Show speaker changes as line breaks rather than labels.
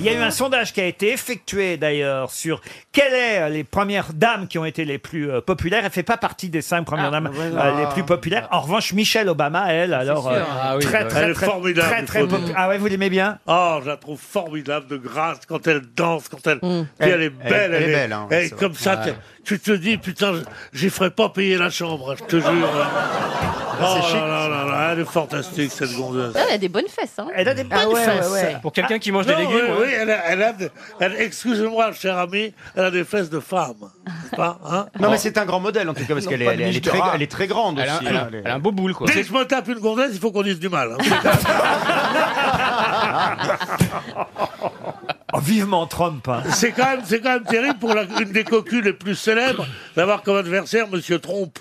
Il y a eu un sondage qui a été effectué d'ailleurs sur quelles sont les premières dames qui ont été les plus euh, populaires. Elle fait pas partie des cinq premières dames
Ah, bah voilà.
euh, les plus populaires. En revanche, Michelle Obama, elle, alors
sûr.
euh,
Ah oui,
très
bah
très
oui.
très
Elle est formidable,
très, très
il faut
popu-
dire.
Ah ouais, vous l'aimez bien
Oh, je la trouve formidable de grâce quand elle danse, quand elle. Puis
Elle-
Elle, est
elle- elle
belle, elle,
est
est
belle, hein,
elle
c'est
est
vrai.
comme ça,
Ouais.
tu tu te dis, putain, je- j'y ferai pas payer la chambre, je te jure.
Ah. Bah,
oh
c'est chic,
là là là là, elle est fantastique cette gonzesse.
Ah, Elle a des bonnes fesses. Hein.
Elle a des
bonnes fesses.
Pour quelqu'un
Ah,
qui mange des
Non,
légumes,
Oui,
ouais.
oui, elle a, elle a des- elle- excusez-moi, cher ami, elle a des fesses de femme. n'est-ce Pas, hein
Non, mais c'est un grand modèle en tout cas, parce
Non,
qu'elle est,
pas
elle
de
est- elle est
miche de
très,
rat.
elle est très grande
Elle a-
aussi.
elle a-
elle a un beau boule, quoi.
Dès que je me tape une gonzesse, il faut qu'on dise du mal. hein.
Oh, Vivement Trump hein.
C'est quand même, c'est quand même terrible pour la- une des cocules les plus célèbres d'avoir comme adversaire Monsieur Trump.